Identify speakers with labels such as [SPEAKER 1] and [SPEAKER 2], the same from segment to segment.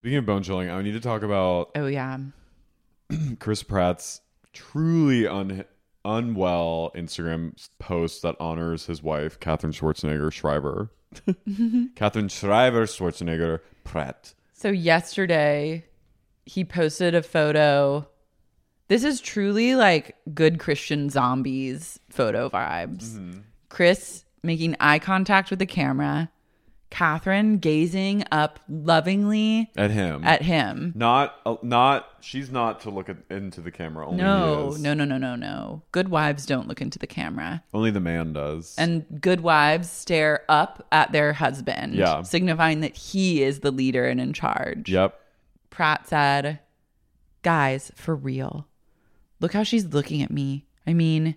[SPEAKER 1] Speaking of bone chilling, I need to talk about
[SPEAKER 2] Oh yeah.
[SPEAKER 1] Chris Pratt's truly un- unwell Instagram post that honors his wife, Catherine Schwarzenegger Schreiber. Catherine Schreiber Schwarzenegger Pratt.
[SPEAKER 2] So yesterday he posted a photo. This is truly like good Christian zombies photo vibes.
[SPEAKER 1] Mm-hmm.
[SPEAKER 2] Chris making eye contact with the camera, Catherine gazing up lovingly
[SPEAKER 1] At him.
[SPEAKER 2] at him.
[SPEAKER 1] not, uh, not, she's not to look at, into the camera. Only he
[SPEAKER 2] No,
[SPEAKER 1] is.
[SPEAKER 2] no, no, no, no, no. Good wives don't look into the camera.
[SPEAKER 1] Only the man does.
[SPEAKER 2] And good wives stare up at their husband,
[SPEAKER 1] Yeah.
[SPEAKER 2] signifying that he is the leader and in charge.
[SPEAKER 1] yep.
[SPEAKER 2] Pratt said, Guys, for real, look how she's looking at me. I mean,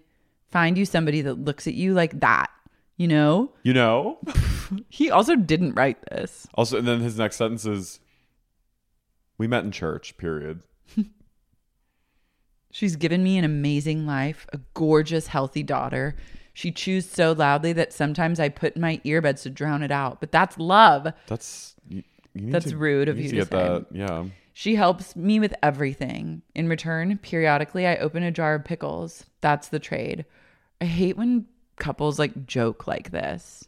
[SPEAKER 2] find you somebody that looks at you like that, you know?
[SPEAKER 1] You know?
[SPEAKER 2] He also didn't write this.
[SPEAKER 1] Also, and then his next sentence is, "We met in church." Period.
[SPEAKER 2] She's given me an amazing life, a gorgeous, healthy daughter. She chews so loudly that sometimes I put in my earbuds to drown it out, but that's love.
[SPEAKER 1] That's you, you need
[SPEAKER 2] That's
[SPEAKER 1] to-
[SPEAKER 2] rude of
[SPEAKER 1] need
[SPEAKER 2] you
[SPEAKER 1] to
[SPEAKER 2] to
[SPEAKER 1] get that. Yeah.
[SPEAKER 2] She helps me with everything. In return, periodically I open a jar of pickles. That's the trade. I hate when couples like joke like this.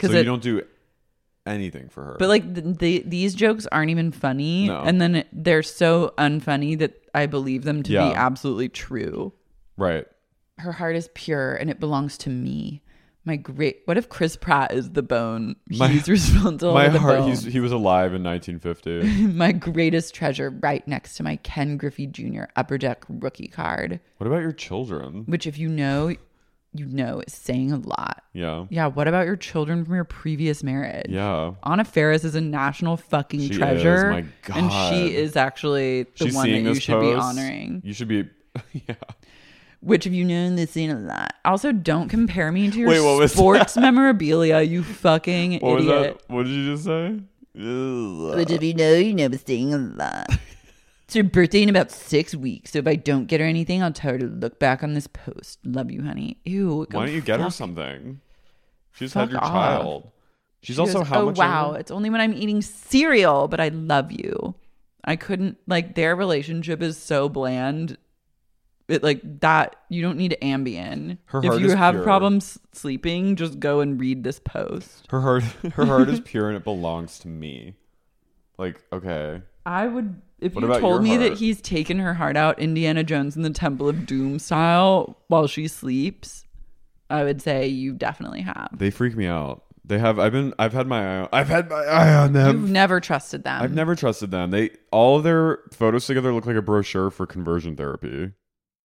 [SPEAKER 1] So
[SPEAKER 2] Cuz
[SPEAKER 1] you
[SPEAKER 2] it
[SPEAKER 1] don't do anything for her.
[SPEAKER 2] but like the, the, these jokes aren't even funny
[SPEAKER 1] No.
[SPEAKER 2] and then it, they're so unfunny that I believe them to
[SPEAKER 1] Yeah.
[SPEAKER 2] be absolutely true.
[SPEAKER 1] right.
[SPEAKER 2] Her heart is pure and it belongs to me. My great What if Chris Pratt is the bone?
[SPEAKER 1] My-
[SPEAKER 2] he's responsible
[SPEAKER 1] My
[SPEAKER 2] for the
[SPEAKER 1] heart.
[SPEAKER 2] bone.
[SPEAKER 1] He's, he was alive in 1950.
[SPEAKER 2] my greatest treasure right next to my Ken Griffey Jr. Upper Deck rookie card,
[SPEAKER 1] what about your children?
[SPEAKER 2] which, if you know, you know, is saying a lot.
[SPEAKER 1] Yeah.
[SPEAKER 2] Yeah, what about your children from your previous marriage?
[SPEAKER 1] Yeah.
[SPEAKER 2] Anna Ferris is a national fucking
[SPEAKER 1] She is,
[SPEAKER 2] treasure.
[SPEAKER 1] my
[SPEAKER 2] And
[SPEAKER 1] God.
[SPEAKER 2] she is actually the
[SPEAKER 1] She's
[SPEAKER 2] one that
[SPEAKER 1] seeing
[SPEAKER 2] you
[SPEAKER 1] this
[SPEAKER 2] should be
[SPEAKER 1] post.
[SPEAKER 2] honoring.
[SPEAKER 1] You should be. Yeah.
[SPEAKER 2] Which, if you know, this scene a lot. Also, don't compare me to your
[SPEAKER 1] Wait, what was
[SPEAKER 2] sports memorabilia, you fucking
[SPEAKER 1] What was
[SPEAKER 2] idiot.
[SPEAKER 1] that? What did you just say? Ugh.
[SPEAKER 2] Which, if you know, you know, was saying a lot. It's her birthday in about six weeks, so if I don't get her anything, I'll tell her to look back on this post. Love you, honey. Ew. go
[SPEAKER 1] Why don't you get her
[SPEAKER 2] fuck-
[SPEAKER 1] something? She's
[SPEAKER 2] fuck
[SPEAKER 1] had your
[SPEAKER 2] off.
[SPEAKER 1] child. She's
[SPEAKER 2] She
[SPEAKER 1] also
[SPEAKER 2] goes,
[SPEAKER 1] how
[SPEAKER 2] oh,
[SPEAKER 1] much
[SPEAKER 2] wow,
[SPEAKER 1] older?
[SPEAKER 2] it's only when I'm eating cereal, but I love you. I couldn't like their relationship is so bland. It like that you don't need Ambien.
[SPEAKER 1] Her
[SPEAKER 2] if
[SPEAKER 1] heart
[SPEAKER 2] you
[SPEAKER 1] is
[SPEAKER 2] have
[SPEAKER 1] pure.
[SPEAKER 2] problems sleeping, just go and read this post.
[SPEAKER 1] Her heart, her heart is pure and it belongs to me. Like, okay,
[SPEAKER 2] I would if
[SPEAKER 1] What
[SPEAKER 2] you
[SPEAKER 1] about your
[SPEAKER 2] told me that
[SPEAKER 1] heart?
[SPEAKER 2] he's taken her heart out Indiana Jones in the Temple of Doom style while she sleeps, I would say you definitely have.
[SPEAKER 1] they freak me out. They have. I've been. I've had my eye. I've had my eye on them.
[SPEAKER 2] You've never trusted them.
[SPEAKER 1] I've never trusted them. They all of their photos together look like a brochure for conversion therapy.